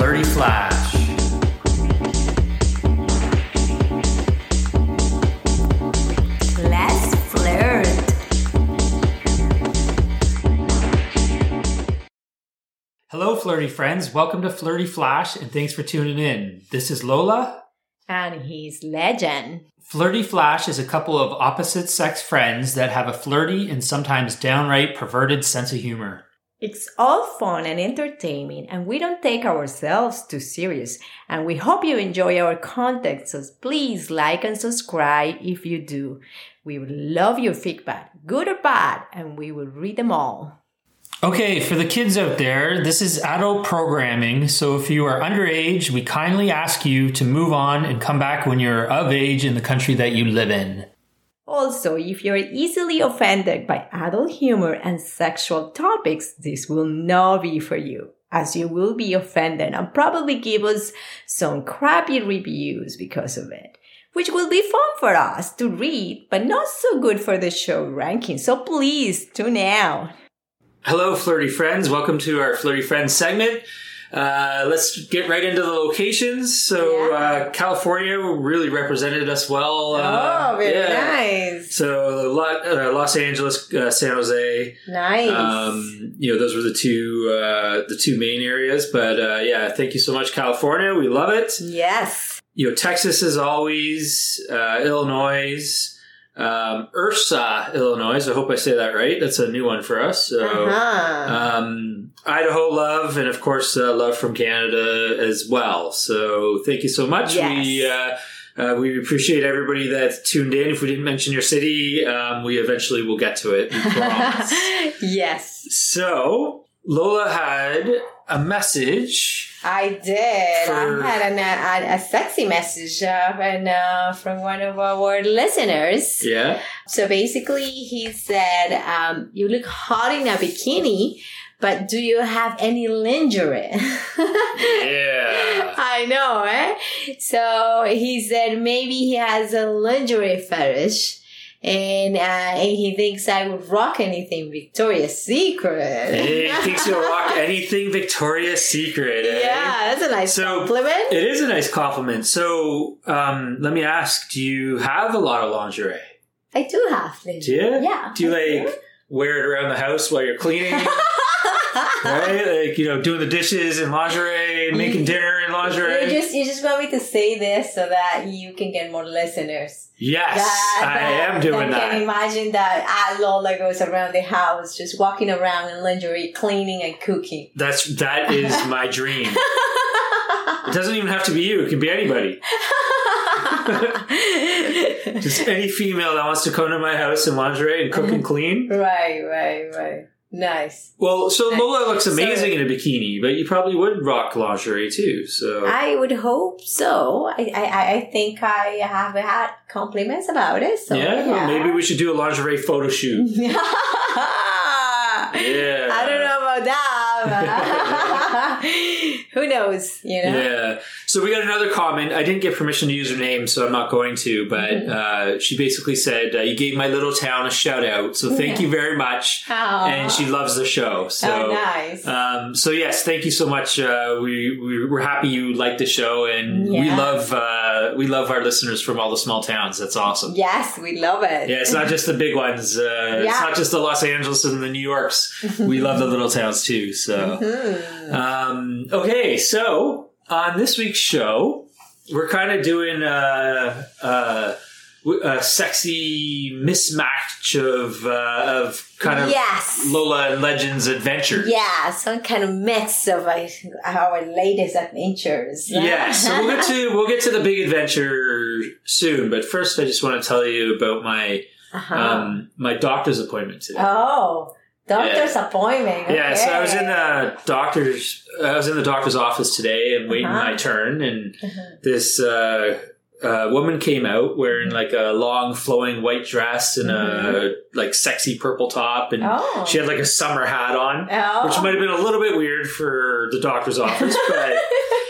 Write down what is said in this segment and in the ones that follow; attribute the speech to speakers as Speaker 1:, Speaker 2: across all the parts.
Speaker 1: Flirty Flash.
Speaker 2: Let's flirt.
Speaker 1: Hello, flirty friends. Welcome to Flirty Flash, and thanks for tuning in. This is Lola.
Speaker 2: And he's legend.
Speaker 1: Flirty Flash is a couple of opposite sex friends that have a flirty and sometimes downright perverted sense of humor.
Speaker 2: It's all fun and entertaining, and we don't take ourselves too serious. And we hope you enjoy our content, so please like and subscribe if you do. We would love your feedback, good or bad, and we will read them all.
Speaker 1: Okay, for the kids out there, this is adult programming, so if you are underage, we kindly ask you to move on and come back when you're of age in the country that you live in.
Speaker 2: Also, if you're easily offended by adult humor and sexual topics, this will not be for you, as you will be offended and probably give us some crappy reviews because of it, which will be fun for us to read, but not so good for the show ranking. So please tune out.
Speaker 1: Hello, flirty friends. Welcome to our flirty friends segment. Uh, let's get right into the locations. So, uh, California really represented us well. Uh,
Speaker 2: oh, very
Speaker 1: yeah.
Speaker 2: nice.
Speaker 1: So, Lo- uh, Los Angeles, uh, San Jose.
Speaker 2: Nice.
Speaker 1: Um, you know, those were the two uh, the two main areas. But uh, yeah, thank you so much, California. We love it.
Speaker 2: yes.
Speaker 1: You know, Texas is always uh, Illinois. Um, Ursa, Illinois. I hope I say that right. That's a new one for us. So.
Speaker 2: uh-huh.
Speaker 1: Um, Idaho love, and of course, uh, love from Canada as well. So thank you so much.
Speaker 2: Yes.
Speaker 1: We uh, uh, we appreciate everybody that tuned in. If we didn't mention your city, um, we eventually will get to it. we promise.
Speaker 2: yes.
Speaker 1: so Lola had a message.
Speaker 2: I did.
Speaker 1: For-
Speaker 2: I had an, a, a sexy message uh, and, uh, from one of our listeners.
Speaker 1: Yeah.
Speaker 2: So basically, he said, um, You look hot in a bikini, but do you have any lingerie?
Speaker 1: Yeah.
Speaker 2: I know, eh? So he said maybe he has a lingerie fetish. And, uh, and he thinks I would rock anything Victoria's Secret.
Speaker 1: Hey, thinks you'll rock anything Victoria's Secret. eh?
Speaker 2: Yeah, that's a nice
Speaker 1: So-
Speaker 2: compliment.
Speaker 1: It is a nice compliment. So um, let me ask: Do you have a lot of lingerie?
Speaker 2: I do have lingerie.
Speaker 1: Do you?
Speaker 2: Yeah.
Speaker 1: Do you like wear it around the house while you're cleaning? right? Like, you know, doing the dishes in lingerie, making dinner in
Speaker 2: You
Speaker 1: lingerie.
Speaker 2: just you just want me to say this so that you can get more listeners.
Speaker 1: Yes,
Speaker 2: That-
Speaker 1: I
Speaker 2: that-
Speaker 1: am doing
Speaker 2: Can
Speaker 1: that.
Speaker 2: imagine that ah, Lola goes around the house just walking around in lingerie, cleaning and cooking.
Speaker 1: That's that is my dream. It doesn't even have to be you, it can be anybody. Just any female that wants to come to my house in lingerie and
Speaker 2: Uh-huh.
Speaker 1: cook and clean.
Speaker 2: right, right, right. Nice.
Speaker 1: Well, so Lola looks
Speaker 2: Uh, So-
Speaker 1: amazing in a bikini, but you probably would rock lingerie too. So
Speaker 2: I would hope so. I, I, I- I think I have had compliments about it. So
Speaker 1: yeah, maybe we should do a lingerie photo shoot. Yeah.
Speaker 2: I don't know about that. but- Who knows? You know.
Speaker 1: Yeah. So we got another comment. I didn't get permission to use her name, so I'm not going to. But
Speaker 2: Mm-hmm.
Speaker 1: uh, she basically said, uh, "You gave my little town a shout out, so thank you very much."
Speaker 2: Aw.
Speaker 1: And she loves the show. So
Speaker 2: oh, nice.
Speaker 1: Um, so yes, thank you so much. Uh, we, we we're happy you like the show, and we
Speaker 2: Yeah.
Speaker 1: love uh, we love our listeners from all the small towns. That's awesome.
Speaker 2: yes, we love it.
Speaker 1: Yeah, it's not just the big ones. Uh, It's
Speaker 2: Yeah. Mm-hmm.
Speaker 1: not just the Los Angeles and the New Yorks. We love the little towns too. So, um, okay, so on this week's show, we're kind of doing a, a, a sexy mismatch of uh, of kind of
Speaker 2: Yes.
Speaker 1: Lola and Legends adventure.
Speaker 2: Yeah, some kind of mix of uh, our latest adventures.
Speaker 1: Yeah, so we'll get to we'll get to the big adventure soon, but first I just want to tell you about my
Speaker 2: Uh-huh.
Speaker 1: um, my doctor's appointment today.
Speaker 2: oh, doctor's appointment.
Speaker 1: Yeah, so I was in
Speaker 2: okay.
Speaker 1: the doctor's. I was in the doctor's office today and waiting
Speaker 2: Uh-huh.
Speaker 1: my turn, and
Speaker 2: Uh-huh.
Speaker 1: this uh, uh, woman came out wearing like a long flowing white dress and a like sexy purple top, and
Speaker 2: Oh.
Speaker 1: uh, she had like a summer hat on,
Speaker 2: Oh.
Speaker 1: which might have been a little bit weird for the doctor's office, but.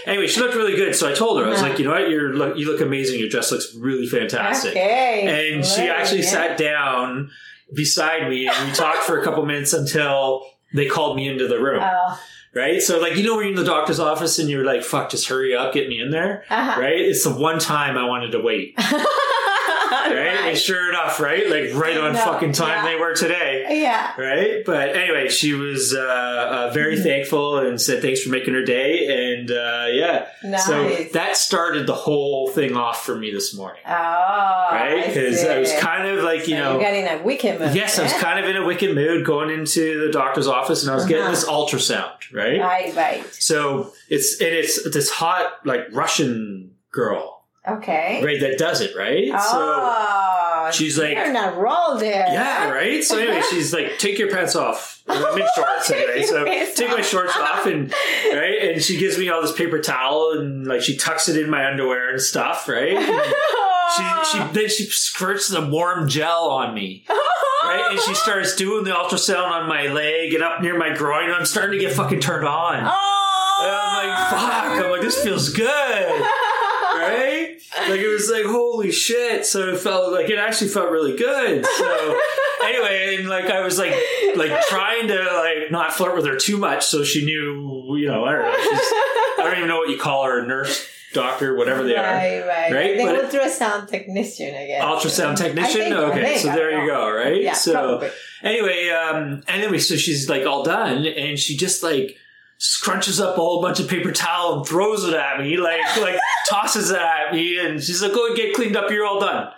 Speaker 1: Anyway, she looked really good, so I told her I was
Speaker 2: Uh-huh.
Speaker 1: like, you know what, you're look, you look amazing. Your dress looks really fantastic
Speaker 2: Okay.
Speaker 1: and she
Speaker 2: Well,
Speaker 1: actually
Speaker 2: yeah.
Speaker 1: sat down beside me and we talked for a couple minutes until They called me into the room,
Speaker 2: Oh.
Speaker 1: right? So, like, you know, when you're in the doctor's office and you're like, fuck, just hurry up, get me in there,
Speaker 2: Uh-huh.
Speaker 1: right? It's the one time I wanted to wait, right? And sure enough, right? Like, right on
Speaker 2: No,
Speaker 1: fucking time
Speaker 2: yeah.
Speaker 1: they were today.
Speaker 2: Yeah.
Speaker 1: Right, but anyway, she was uh, uh, very
Speaker 2: Mm-hmm.
Speaker 1: thankful and said thanks for making her day, and uh, yeah,
Speaker 2: Nice.
Speaker 1: so that started the whole thing off for me this morning.
Speaker 2: oh. Right?
Speaker 1: right? Because I, was kind of like, you know,
Speaker 2: You got in a wicked mood.
Speaker 1: yes, I was
Speaker 2: eh?
Speaker 1: kind of in a wicked mood going into the doctor's office and I was getting
Speaker 2: Uh-huh. Oh.
Speaker 1: this ultrasound, right?
Speaker 2: Right, right.
Speaker 1: so it's, and it's this hot, like Russian girl,
Speaker 2: Okay.
Speaker 1: right? That does it, right?
Speaker 2: oh.
Speaker 1: So she's like,
Speaker 2: you're not roll there.
Speaker 1: yeah, right? So anyway, she's like, take your pants off. I'm in shorts
Speaker 2: Take
Speaker 1: anyway.
Speaker 2: your
Speaker 1: So
Speaker 2: pants
Speaker 1: take my
Speaker 2: off.
Speaker 1: shorts off and, right? And she gives me all this paper towel and like she tucks it in my underwear and stuff, right? And she, she, then she squirts the warm gel on me. right? And she starts doing the ultrasound on my leg and up near my groin, and I'm starting to get fucking turned on.
Speaker 2: Oh.
Speaker 1: And I'm like, fuck. I'm like, this feels good, right? Like it was like, holy shit. So it felt like it actually felt really good. So anyway, and like I was like, like trying to like not flirt with her too much, so she knew, you know, I don't know. She's, I don't even know what you call her, nurse, doctor, whatever they are.
Speaker 2: Right, right.
Speaker 1: Right?
Speaker 2: The
Speaker 1: But-
Speaker 2: ultrasound technician, I guess.
Speaker 1: Ultrasound
Speaker 2: I
Speaker 1: technician.
Speaker 2: think- I
Speaker 1: Okay,
Speaker 2: think,
Speaker 1: so
Speaker 2: I
Speaker 1: there
Speaker 2: don't
Speaker 1: you
Speaker 2: know.
Speaker 1: go, right?
Speaker 2: Yeah,
Speaker 1: so
Speaker 2: probably.
Speaker 1: Anyway, um, anyway, so she's like all done, and she just like scrunches up a whole bunch of paper towel and throws it at me, like like tosses it at me, and she's like, "Go and get cleaned up. You're all done."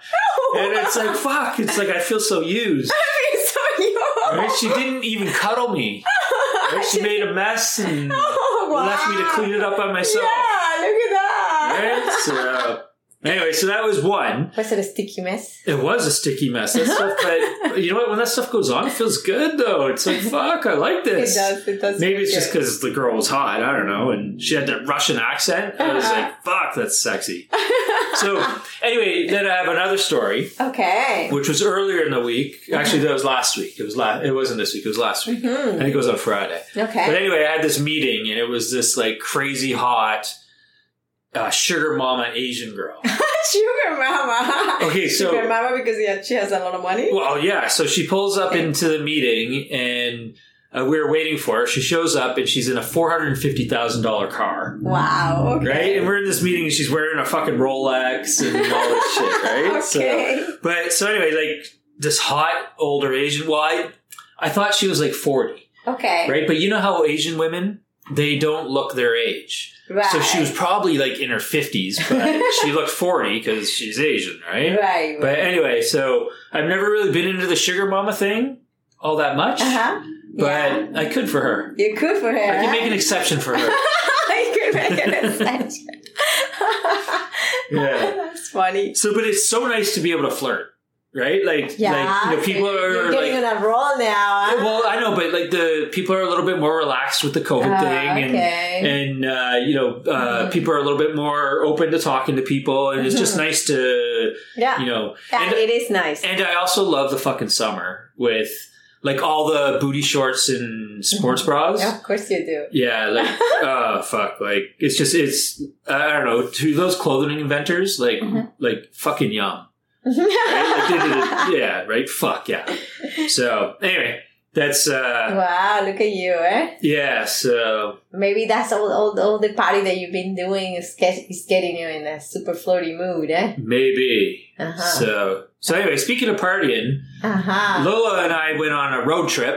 Speaker 1: And it's like, fuck. It's like I feel so used.
Speaker 2: so you.
Speaker 1: Right? She didn't even cuddle me. Right? She made a mess and
Speaker 2: Oh, wow.
Speaker 1: left me to clean it up by myself.
Speaker 2: Yeah, look at that.
Speaker 1: Right? So uh, anyway, so that was one.
Speaker 2: Was it a sticky mess?
Speaker 1: It was a sticky mess. That stuff, but you know what? When that stuff goes on, it feels good though. It's like, fuck, I like this.
Speaker 2: It does. It does.
Speaker 1: Maybe
Speaker 2: feel
Speaker 1: it's just
Speaker 2: good.
Speaker 1: because the girl was hot. I don't know. And she had that Russian accent. I
Speaker 2: Uh-huh.
Speaker 1: was like, fuck, that's sexy. So, anyway, then I have another story,
Speaker 2: Okay.
Speaker 1: which was earlier in the week. Actually, that was last week. It was last. It wasn't this week. It was last week.
Speaker 2: Mm-hmm.
Speaker 1: I think it was on Friday. But
Speaker 2: Okay.
Speaker 1: anyway, I had this meeting, and it was this like crazy hot uh, sugar mama Asian girl.
Speaker 2: Sugar mama.
Speaker 1: Okay, so-
Speaker 2: Sugar mama because yeah, she has a lot of money.
Speaker 1: Well, yeah. So she pulls up into the meeting, and uh, we were waiting for her. She shows up, and she's in a four hundred fifty thousand dollar car.
Speaker 2: Wow. Okay.
Speaker 1: right? And we're in this meeting, and she's wearing a fucking Rolex and all this shit, right? So,
Speaker 2: okay.
Speaker 1: but so anyway, like this hot older Asian. Well, I I thought she was like forty,
Speaker 2: okay.
Speaker 1: right? But you know how Asian women they don't look their age,
Speaker 2: Right.
Speaker 1: so she was probably like in her fifties, but she looked forty because she's Asian, right?
Speaker 2: Right.
Speaker 1: But anyway, so I've never really been into the sugar mama thing all that much,
Speaker 2: Uh huh.
Speaker 1: but I could for her.
Speaker 2: You're good for her.
Speaker 1: I can make
Speaker 2: huh?
Speaker 1: an exception for her.
Speaker 2: you could make an exception.
Speaker 1: Yeah.
Speaker 2: That's funny.
Speaker 1: So, but it's so nice to be able to flirt, right? Like,
Speaker 2: Yeah.
Speaker 1: like you know, people
Speaker 2: You're
Speaker 1: are
Speaker 2: getting
Speaker 1: like,
Speaker 2: on a roll now. Huh?
Speaker 1: well, I know, but like the people are a little bit more relaxed with the COVID
Speaker 2: Ah,
Speaker 1: thing, and
Speaker 2: okay.
Speaker 1: and uh, you know, uh,
Speaker 2: Mhm.
Speaker 1: people are a little bit more open to talking to people, and it's
Speaker 2: Mm-hmm.
Speaker 1: just nice to
Speaker 2: yeah.
Speaker 1: you know,
Speaker 2: Yeah,
Speaker 1: and
Speaker 2: it is nice.
Speaker 1: and I also love the fucking summer with like all the booty shorts and sports bras.
Speaker 2: Yeah, of course you do.
Speaker 1: Yeah, like oh fuck, like it's just it's I don't know to those clothing inventors like
Speaker 2: Mhm.
Speaker 1: like fucking yum. Right? Like, they did it- yeah, right. Fuck yeah. So anyway, that's uh
Speaker 2: wow, look at you, eh?
Speaker 1: yeah. So
Speaker 2: Maybe that's all, all, all the party that you've been doing is, get, is getting you in a super flirty mood, eh?
Speaker 1: maybe
Speaker 2: Uh huh.
Speaker 1: so so anyway. Speaking of partying,
Speaker 2: uh huh.
Speaker 1: Lola and I went on a road trip.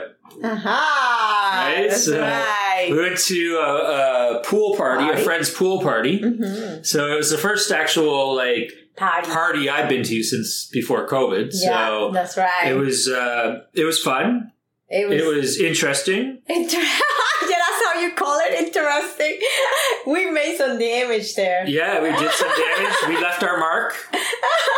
Speaker 2: Uh huh.
Speaker 1: Right,
Speaker 2: That's
Speaker 1: so- We
Speaker 2: right.
Speaker 1: went to a, a pool party, a
Speaker 2: Party?
Speaker 1: friend's pool party.
Speaker 2: hmm
Speaker 1: So it was the first actual like
Speaker 2: Party.
Speaker 1: party I've been to since before COVID.
Speaker 2: yeah,
Speaker 1: So
Speaker 2: that's right.
Speaker 1: it was uh it was fun.
Speaker 2: It was.
Speaker 1: It was interesting.
Speaker 2: Inter- yeah, that's how you call it. Interesting. We made some damage there.
Speaker 1: Yeah, we did some damage. we left our mark.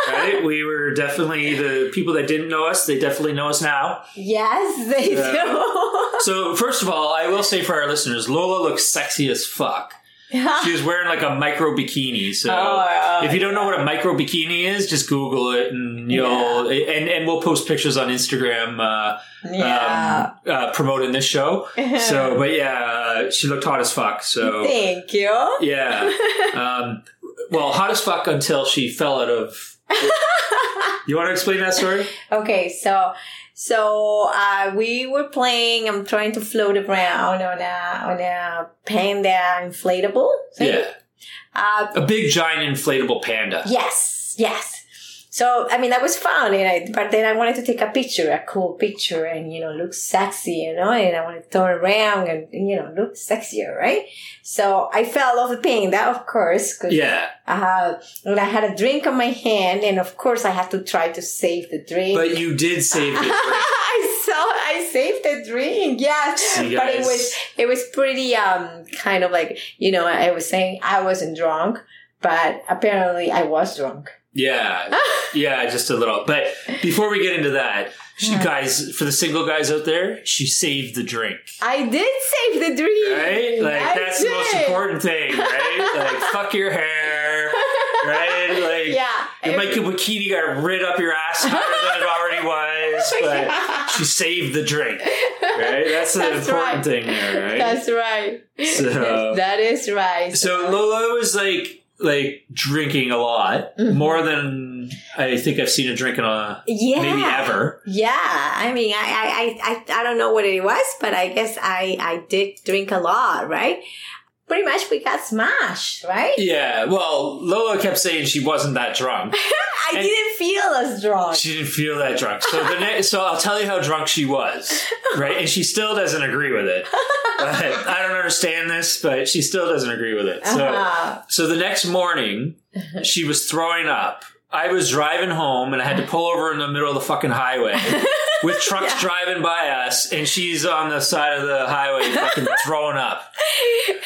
Speaker 1: Right? We were definitely the people that didn't know us, they definitely know us now.
Speaker 2: Yes, they
Speaker 1: Yeah.
Speaker 2: do.
Speaker 1: So, first of all, I will say for our listeners, Lola looks sexy as fuck. She was wearing like a micro bikini. So,
Speaker 2: Oh,
Speaker 1: if you don't know what a micro bikini is, just Google it and you'll, and, and we'll post pictures on Instagram uh,
Speaker 2: yeah.
Speaker 1: um, uh, promoting this show. So, but yeah, uh, she looked hot as fuck. So,
Speaker 2: Thank you.
Speaker 1: Yeah. Um, well, hot as fuck until she fell out of. you want to explain that story?
Speaker 2: Okay, so So uh, we were playing. I'm trying to float around on a on a panda inflatable. thing.
Speaker 1: Yeah.
Speaker 2: Uh,
Speaker 1: A big giant inflatable panda.
Speaker 2: yes. Yes. So I mean that was fun, and I, but then I wanted to take a picture, a cool picture, and you know look sexy, you know, and I wanted to turn around and you know look sexier, right? So I fell off the panda, of course, 'cause
Speaker 1: Yeah.
Speaker 2: uh, and I had a drink on my hand, and of course I had to try to save the drink.
Speaker 1: But you did save the drink.
Speaker 2: I saw I saved the drink, yes.
Speaker 1: You
Speaker 2: But it
Speaker 1: guys-
Speaker 2: was it was pretty um kind of like you know I was saying I wasn't drunk, but apparently I was drunk.
Speaker 1: Yeah, yeah, just a little. But before we get into that, she,
Speaker 2: Yeah.
Speaker 1: guys, for the single guys out there, she saved the drink,
Speaker 2: I did save the drink,
Speaker 1: right? Like
Speaker 2: I
Speaker 1: that's the most
Speaker 2: did.
Speaker 1: important thing, right? like fuck your hair, right? Like
Speaker 2: yeah,
Speaker 1: your Michael Bikini got rid up your ass higher than it already was, but she saved the drink, right? That's the
Speaker 2: That's
Speaker 1: important
Speaker 2: right.
Speaker 1: thing there, right?
Speaker 2: That's right.
Speaker 1: So-
Speaker 2: that is right.
Speaker 1: so Lola was like like drinking a lot,
Speaker 2: Mhm.
Speaker 1: more than I think I've seen her drink in a
Speaker 2: yeah,
Speaker 1: maybe ever.
Speaker 2: Yeah, I mean, I, I, I, I don't know what it was, but I guess I, I did drink a lot, right? Pretty much we got smashed, right?
Speaker 1: Yeah, well, Lola kept saying she wasn't that drunk.
Speaker 2: I
Speaker 1: And-
Speaker 2: didn't feel as drunk.
Speaker 1: She didn't feel that drunk. So the ne- so I'll tell you how drunk she was, right? And she still doesn't agree with it. But I don't understand this, but she still doesn't agree with it. So
Speaker 2: Uh-huh.
Speaker 1: so the next morning, she was throwing up. I was driving home and I had to pull over in the middle of the fucking highway with trucks driving by us and she's on the side of the highway fucking throwing up.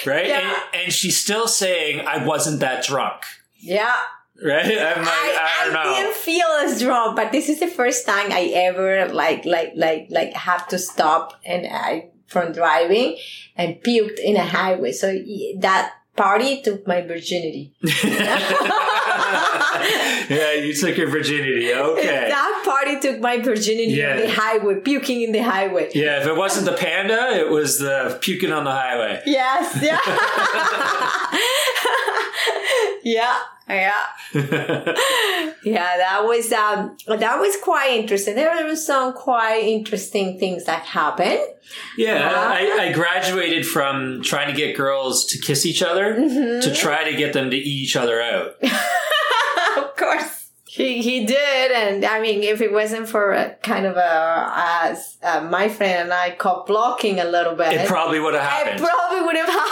Speaker 1: Right?
Speaker 2: Yeah.
Speaker 1: And, and she's still saying I wasn't that drunk.
Speaker 2: yeah,
Speaker 1: Right? I'm like, I,
Speaker 2: I,
Speaker 1: don't
Speaker 2: I
Speaker 1: know.
Speaker 2: didn't feel as drunk, but this is the first time I ever like, like, like, like have to stop and I from driving and puked in a highway. So y- that party took my virginity.
Speaker 1: yeah, you took your virginity. Okay.
Speaker 2: That party took my virginity
Speaker 1: Yeah.
Speaker 2: on the highway, puking in the highway.
Speaker 1: Yeah, if it wasn't the panda, it was the puking on the highway.
Speaker 2: Yes, yeah. yeah, yeah. Yeah, that was um that was quite interesting. There were some quite interesting things that happened.
Speaker 1: yeah,
Speaker 2: Wow.
Speaker 1: I, I graduated from trying to get girls to kiss each other
Speaker 2: Mm-hmm.
Speaker 1: to try to get them to eat each other out.
Speaker 2: of course. He, he did, and I mean, if it wasn't for a, kind of a, uh uh, my friend and I caught blocking a little bit,
Speaker 1: It probably would have
Speaker 2: it
Speaker 1: happened.
Speaker 2: probably would have happened.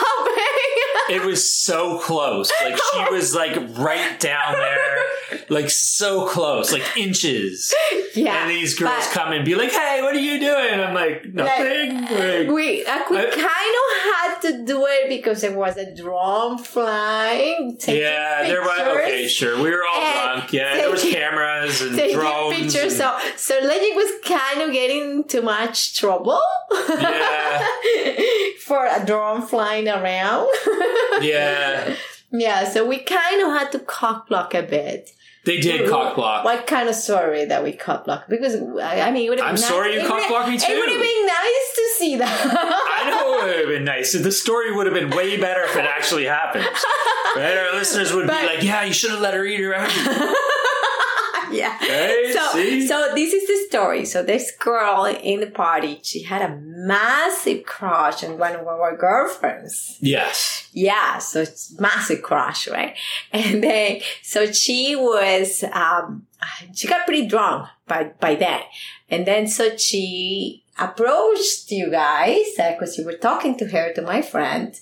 Speaker 1: It was so close. Like she was like right down there, like so close, like inches.
Speaker 2: yeah,
Speaker 1: And these girls
Speaker 2: but-
Speaker 1: come and be like, "Hey, what are you doing?" I'm like, "Nothing." Like,
Speaker 2: We, uh, we
Speaker 1: I-
Speaker 2: kind of had to do it because there was a drone flying. taking
Speaker 1: Yeah, there was
Speaker 2: pictures,
Speaker 1: okay, sure. We were all
Speaker 2: And
Speaker 1: drunk. Yeah, there was
Speaker 2: taking-
Speaker 1: cameras and
Speaker 2: Taking
Speaker 1: drones.
Speaker 2: pictures,
Speaker 1: and-
Speaker 2: so so Legic was kind of getting into much trouble.
Speaker 1: Yeah.
Speaker 2: for a drone flying around.
Speaker 1: yeah,
Speaker 2: yeah, so we kind of had to cock block a bit.
Speaker 1: they did cock block.
Speaker 2: What kind of sorry that we cock block? Because I I mean, it would have
Speaker 1: I'm
Speaker 2: been
Speaker 1: sorry
Speaker 2: nice.
Speaker 1: you
Speaker 2: it would've-
Speaker 1: cock-blocked me
Speaker 2: It
Speaker 1: too.
Speaker 2: would have been nice to see that.
Speaker 1: I know it would have been nice. The story would have been way better if it actually happened. Right? Our listeners would
Speaker 2: But-
Speaker 1: be like, "Yeah, you should have let her eat her out."
Speaker 2: yeah.
Speaker 1: Right?
Speaker 2: So,
Speaker 1: See?
Speaker 2: so this is the story. So this girl in the party, she had a massive crush on one of our girlfriends.
Speaker 1: yes.
Speaker 2: Yeah, so it's massive crush, right? And then, so she was, um, she got pretty drunk by, by then. And then, so she approached you guys, because you were talking to her, to my friend.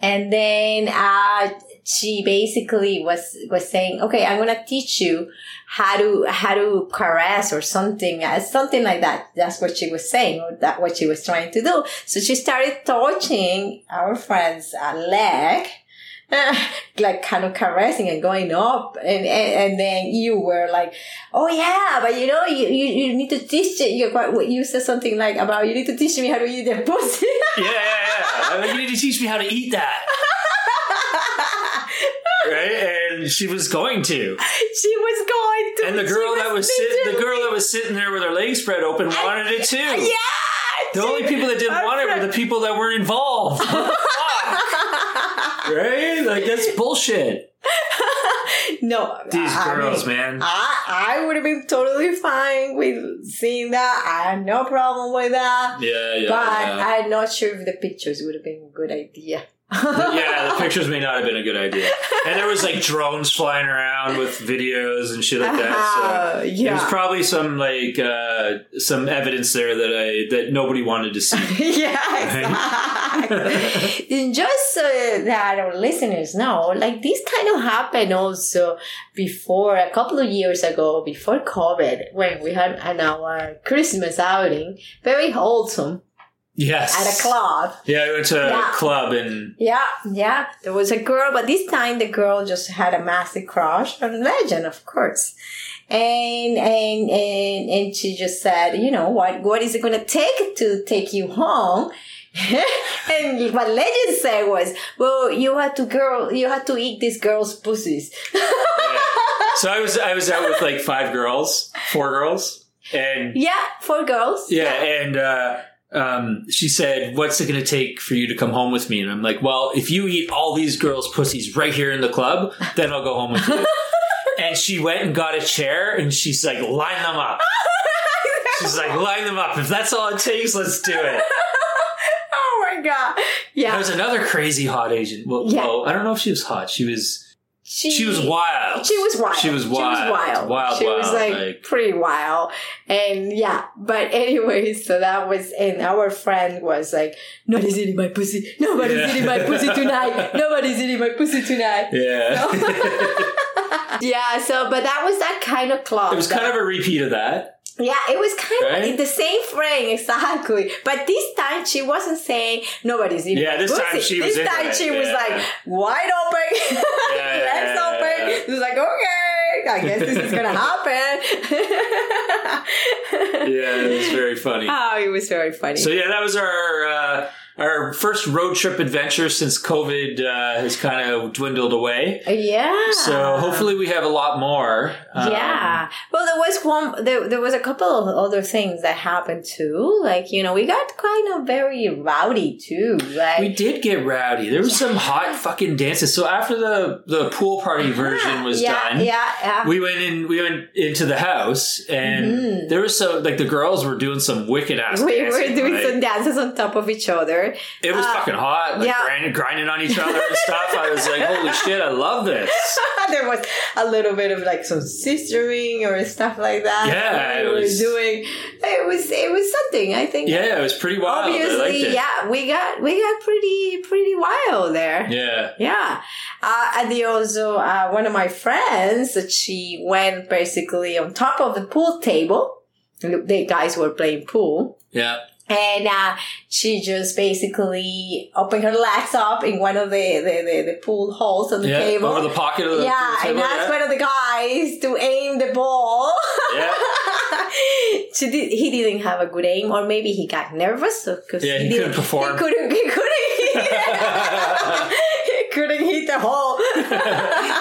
Speaker 2: And then, uh, she basically was, was saying, okay, I'm going to teach you how to, how to caress or something, uh, something like that. That's what she was saying, or that what she was trying to do. So she started touching our friend's uh, leg. like kind of caressing and going up and, and and then you were like oh yeah but you know you you, you need to teach it you you said something like about you need to teach me how to eat the pussy
Speaker 1: Yeah, yeah, yeah. I'm like, you need to teach me how to eat that. Right? And she was going to.
Speaker 2: she was going to
Speaker 1: And the
Speaker 2: she
Speaker 1: girl that was sitting the
Speaker 2: literally-
Speaker 1: girl that was sitting there with her legs spread open wanted it too.
Speaker 2: yeah
Speaker 1: The only people that didn't
Speaker 2: Our
Speaker 1: want it were
Speaker 2: friend-
Speaker 1: the people that weren't involved. Fuck. right? Like that's bullshit.
Speaker 2: No,
Speaker 1: These
Speaker 2: I
Speaker 1: girls,
Speaker 2: mean,
Speaker 1: man.
Speaker 2: I I would have been totally fine with seeing that. I had no problem with that.
Speaker 1: yeah, yeah.
Speaker 2: but
Speaker 1: yeah.
Speaker 2: I'm not sure if the pictures would have been a good idea.
Speaker 1: yeah, the pictures may not have been a good idea. And there was like drones flying around with videos and shit like that. So
Speaker 2: Uh,
Speaker 1: There was
Speaker 2: yeah.
Speaker 1: probably some like uh, some evidence there that I that nobody wanted to see.
Speaker 2: yeah, exactly. and just so that our listeners know, like this kind of happened also before a couple of years ago, before COVID, when we had an our Christmas outing, very wholesome
Speaker 1: yes,
Speaker 2: at a club.
Speaker 1: Yeah, I went to
Speaker 2: Yeah.
Speaker 1: a club and
Speaker 2: Yeah, yeah. There was a girl, but this time the girl just had a massive crush on Legend, of course. And and and and she just said, you know, what what is it gonna take to take you home? and what Legend said was, Well, you had to girl you had to eat this girl's pussies.
Speaker 1: yeah. so I was I was out with like five girls, four girls, and
Speaker 2: yeah, four girls.
Speaker 1: Yeah, and uh, um, she said, "What's it going to take for you to come home with me?" And I'm like, "Well, if you eat all these girls' pussies right here in the club, then I'll go home with you." and she went and got a chair, and she's like, "Line them up." She's like, "Line them up. If that's all it takes, let's do it."
Speaker 2: Oh my god.
Speaker 1: There
Speaker 2: Yeah.
Speaker 1: was another crazy hot Asian. Well,
Speaker 2: Yeah.
Speaker 1: well, I don't know if she was hot. She was. She was wild.
Speaker 2: She was wild.
Speaker 1: She was wild.
Speaker 2: She was wild.
Speaker 1: Wild,
Speaker 2: she was
Speaker 1: wild,
Speaker 2: like,
Speaker 1: like-
Speaker 2: pretty wild. And yeah, but anyway, so that was, and our friend was like, nobody's eating my pussy. Nobody's
Speaker 1: Yeah.
Speaker 2: eating my pussy tonight. Nobody's eating my pussy tonight.
Speaker 1: Yeah.
Speaker 2: yeah, so, but that was that kind of club.
Speaker 1: it was kind of a repeat of that.
Speaker 2: yeah, it was kind of
Speaker 1: Right?
Speaker 2: the same frame, exactly. But this time she wasn't saying nobody's eating
Speaker 1: Yeah,
Speaker 2: my
Speaker 1: this time
Speaker 2: pussy."
Speaker 1: she was
Speaker 2: This
Speaker 1: into
Speaker 2: time
Speaker 1: it,
Speaker 2: she was
Speaker 1: yeah.
Speaker 2: like, wide open,
Speaker 1: Yeah, yeah,
Speaker 2: legs
Speaker 1: yeah,
Speaker 2: open.
Speaker 1: yeah.
Speaker 2: It was like, okay, I guess this is gonna happen.
Speaker 1: Yeah, it was very funny.
Speaker 2: Oh, it was very funny.
Speaker 1: So yeah, that was our uh, our first road trip adventure since COVID uh, has kind of dwindled away.
Speaker 2: yeah.
Speaker 1: So hopefully we have a lot more. Um,
Speaker 2: Ah. yeah. Well, there was one. There, there was a couple of other things that happened too. Like you know, we got kind of very rowdy too. Like
Speaker 1: We did get rowdy. There was some hot fucking dances. So after the the pool party version was
Speaker 2: Uh-huh. yeah,
Speaker 1: done,
Speaker 2: Yeah, yeah.
Speaker 1: we went in. We went into the house, and
Speaker 2: Mhm.
Speaker 1: there was some like the girls were doing some wicked ass.
Speaker 2: we
Speaker 1: dancing,
Speaker 2: were doing
Speaker 1: like,
Speaker 2: some dances on top of each other.
Speaker 1: It was
Speaker 2: uh,
Speaker 1: fucking hot. Like
Speaker 2: yeah.
Speaker 1: grinding, grinding on each other and stuff. I was like, holy shit, I love this.
Speaker 2: there was a little bit of like some sistering or stuff like that.
Speaker 1: Yeah,
Speaker 2: that we
Speaker 1: it
Speaker 2: were
Speaker 1: was-
Speaker 2: doing. It was it was something. I think.
Speaker 1: Yeah, it was pretty wild. I liked
Speaker 2: Obviously,
Speaker 1: it.
Speaker 2: yeah, we got we got pretty pretty wild there.
Speaker 1: Yeah.
Speaker 2: Yeah. Uh, and they also, uh, one of my friends, that she went basically on top of the pool table. The guys were playing pool.
Speaker 1: Yeah.
Speaker 2: And uh, she just basically opened her legs up in one of the, the, the, the pool holes on the
Speaker 1: yeah.
Speaker 2: table.
Speaker 1: Over the pocket of the
Speaker 2: yeah,
Speaker 1: the
Speaker 2: and
Speaker 1: table,
Speaker 2: asked
Speaker 1: yeah.
Speaker 2: one of the guys to aim the ball.
Speaker 1: Yeah.
Speaker 2: she did, he didn't have a good aim, or maybe he got nervous. So, cause
Speaker 1: Yeah, he
Speaker 2: didn't-
Speaker 1: couldn't perform.
Speaker 2: He couldn't. He couldn't. he couldn't hit the hole.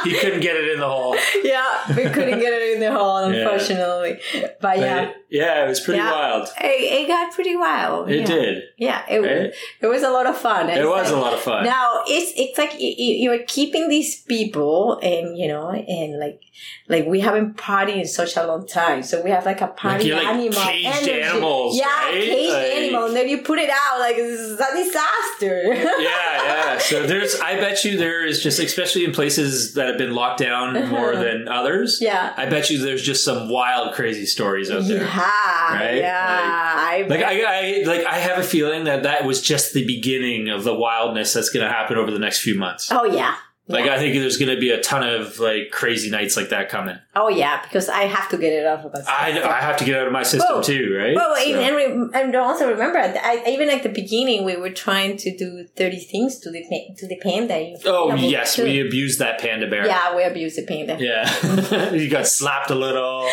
Speaker 1: he couldn't get it in the hole.
Speaker 2: yeah, we couldn't get it in the hole,
Speaker 1: Yeah.
Speaker 2: unfortunately. But yeah,
Speaker 1: It, yeah, it was pretty
Speaker 2: Yeah.
Speaker 1: wild.
Speaker 2: it, it got pretty wild.
Speaker 1: It
Speaker 2: yeah.
Speaker 1: did.
Speaker 2: Yeah, it
Speaker 1: Right?
Speaker 2: was. It was a lot of fun.
Speaker 1: It was a lot of fun.
Speaker 2: Now it's it's like you, you're keeping these people, and you know, and like like we haven't partied in such a long time, so we have like a party
Speaker 1: you're like
Speaker 2: animal,
Speaker 1: caged
Speaker 2: energy.
Speaker 1: animals,
Speaker 2: yeah,
Speaker 1: right?
Speaker 2: caged
Speaker 1: Like-
Speaker 2: animal, and then you put it out like it's a disaster.
Speaker 1: yeah, yeah. So there's, I bet you there is just, especially in places that have been locked down more than others.
Speaker 2: Yeah.
Speaker 1: I bet you there's just some wild, crazy stories out there.
Speaker 2: Yeah,
Speaker 1: Right?
Speaker 2: yeah. I
Speaker 1: Like I, I, like I have a feeling that that was just the beginning of the wildness that's going to happen over the next few months.
Speaker 2: oh yeah.
Speaker 1: Like I think there's going to be a ton of like crazy nights like that coming.
Speaker 2: Oh yeah, because I have to get it off of us.
Speaker 1: I, I have to get out of my system
Speaker 2: Well,
Speaker 1: too, right?
Speaker 2: Well, Oh. wait,
Speaker 1: So-
Speaker 2: and, re- and also remember, I, I- even at the beginning, we were trying to do 30 things to the, pa- to the panda. You-
Speaker 1: Oh
Speaker 2: yeah, we-
Speaker 1: yes,
Speaker 2: to-
Speaker 1: we abused that panda bear.
Speaker 2: Yeah, we abused the panda.
Speaker 1: Yeah. you got slapped a little,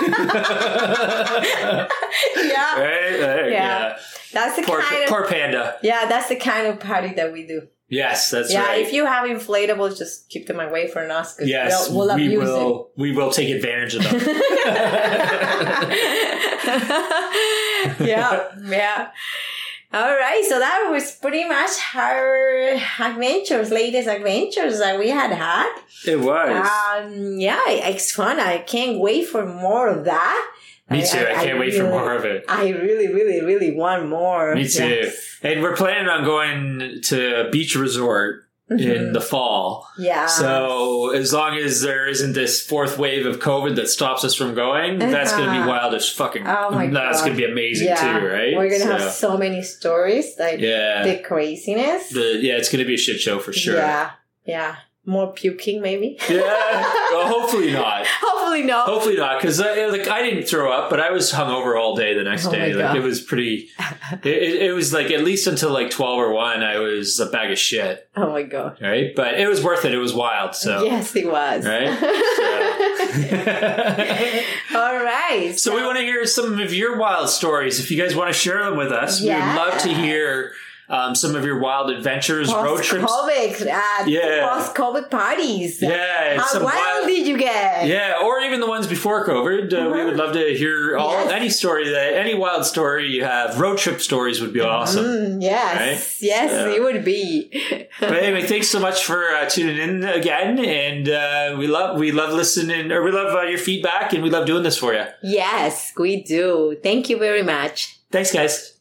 Speaker 1: right?
Speaker 2: Yeah,
Speaker 1: right? Like,
Speaker 2: Yeah.
Speaker 1: yeah.
Speaker 2: that's the
Speaker 1: Poor,
Speaker 2: kind of...
Speaker 1: poor panda.
Speaker 2: yeah, that's the kind of party that we do.
Speaker 1: Yes, that's
Speaker 2: yeah,
Speaker 1: right.
Speaker 2: if you have inflatables, just keep them away from us because
Speaker 1: yes,
Speaker 2: we'll, we'll
Speaker 1: we
Speaker 2: abuse it.
Speaker 1: will. We will take advantage of them.
Speaker 2: yeah, yeah. All right, so that was pretty much our adventures, latest adventures that we had had.
Speaker 1: It was.
Speaker 2: Um, yeah, it's fun. I can't wait for more of that.
Speaker 1: Me too. I, can't wait for
Speaker 2: really-
Speaker 1: more of it.
Speaker 2: I really, really, really want more.
Speaker 1: Me too. And we're planning on going to a beach resort
Speaker 2: Mm-hmm.
Speaker 1: in the fall.
Speaker 2: Yeah.
Speaker 1: So
Speaker 2: Um,
Speaker 1: as long as there isn't this fourth wave of COVID that stops us from going, that's going to be
Speaker 2: Uh-huh.
Speaker 1: wild as fucking.
Speaker 2: Oh my
Speaker 1: that's
Speaker 2: God.
Speaker 1: going to be amazing too, right?
Speaker 2: We're gonna
Speaker 1: So,
Speaker 2: have so many stories, like
Speaker 1: yeah,
Speaker 2: the craziness.
Speaker 1: The- yeah, it's going to be a shit show for sure.
Speaker 2: Yeah. Yeah. More puking, maybe.
Speaker 1: Yeah. well, hopefully not.
Speaker 2: Hopefully not.
Speaker 1: Hopefully not, because like I didn't throw up, but I was hungover all day the next
Speaker 2: Oh my
Speaker 1: day. Like
Speaker 2: God.
Speaker 1: it was pretty. It, it, it was like at least until like twelve or one, I was a bag of shit,
Speaker 2: Oh my god.
Speaker 1: right? But it was worth it. It was wild. So
Speaker 2: Yes, it was.
Speaker 1: Right?
Speaker 2: All right.
Speaker 1: so we want to hear some of your wild stories. If you guys want to share them with us,
Speaker 2: Yeah.
Speaker 1: we'd love to hear um, some of your wild adventures, road trips.
Speaker 2: Post-COVID, uh,
Speaker 1: Yeah.
Speaker 2: Post-COVID parties.
Speaker 1: Yeah, and
Speaker 2: How
Speaker 1: some
Speaker 2: wild
Speaker 1: wild.
Speaker 2: did you get?
Speaker 1: Yeah, or even the ones before COVID. Uh, We would love to hear all
Speaker 2: Uh-huh. Yes.
Speaker 1: any story that any wild story you have. Road trip stories would be awesome.
Speaker 2: Mm, yes. Yes,
Speaker 1: So-
Speaker 2: it would be.
Speaker 1: but anyway, thanks so much for uh, tuning in again, and uh, we love we love listening, or we love uh, your feedback, and we love doing this for you.
Speaker 2: yes, we do. Thank you very much.
Speaker 1: Thanks, guys.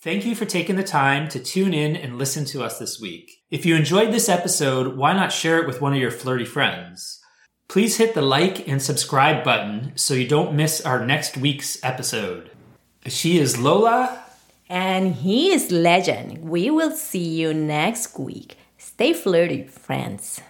Speaker 1: Thank you for taking the time to tune in and listen to us this week. If you enjoyed this episode, why not share it with one of your flirty friends? Please hit the like and subscribe button so you don't miss our next week's episode. She is Lola.
Speaker 2: And he is legend. We will see you next week. Stay flirty, friends.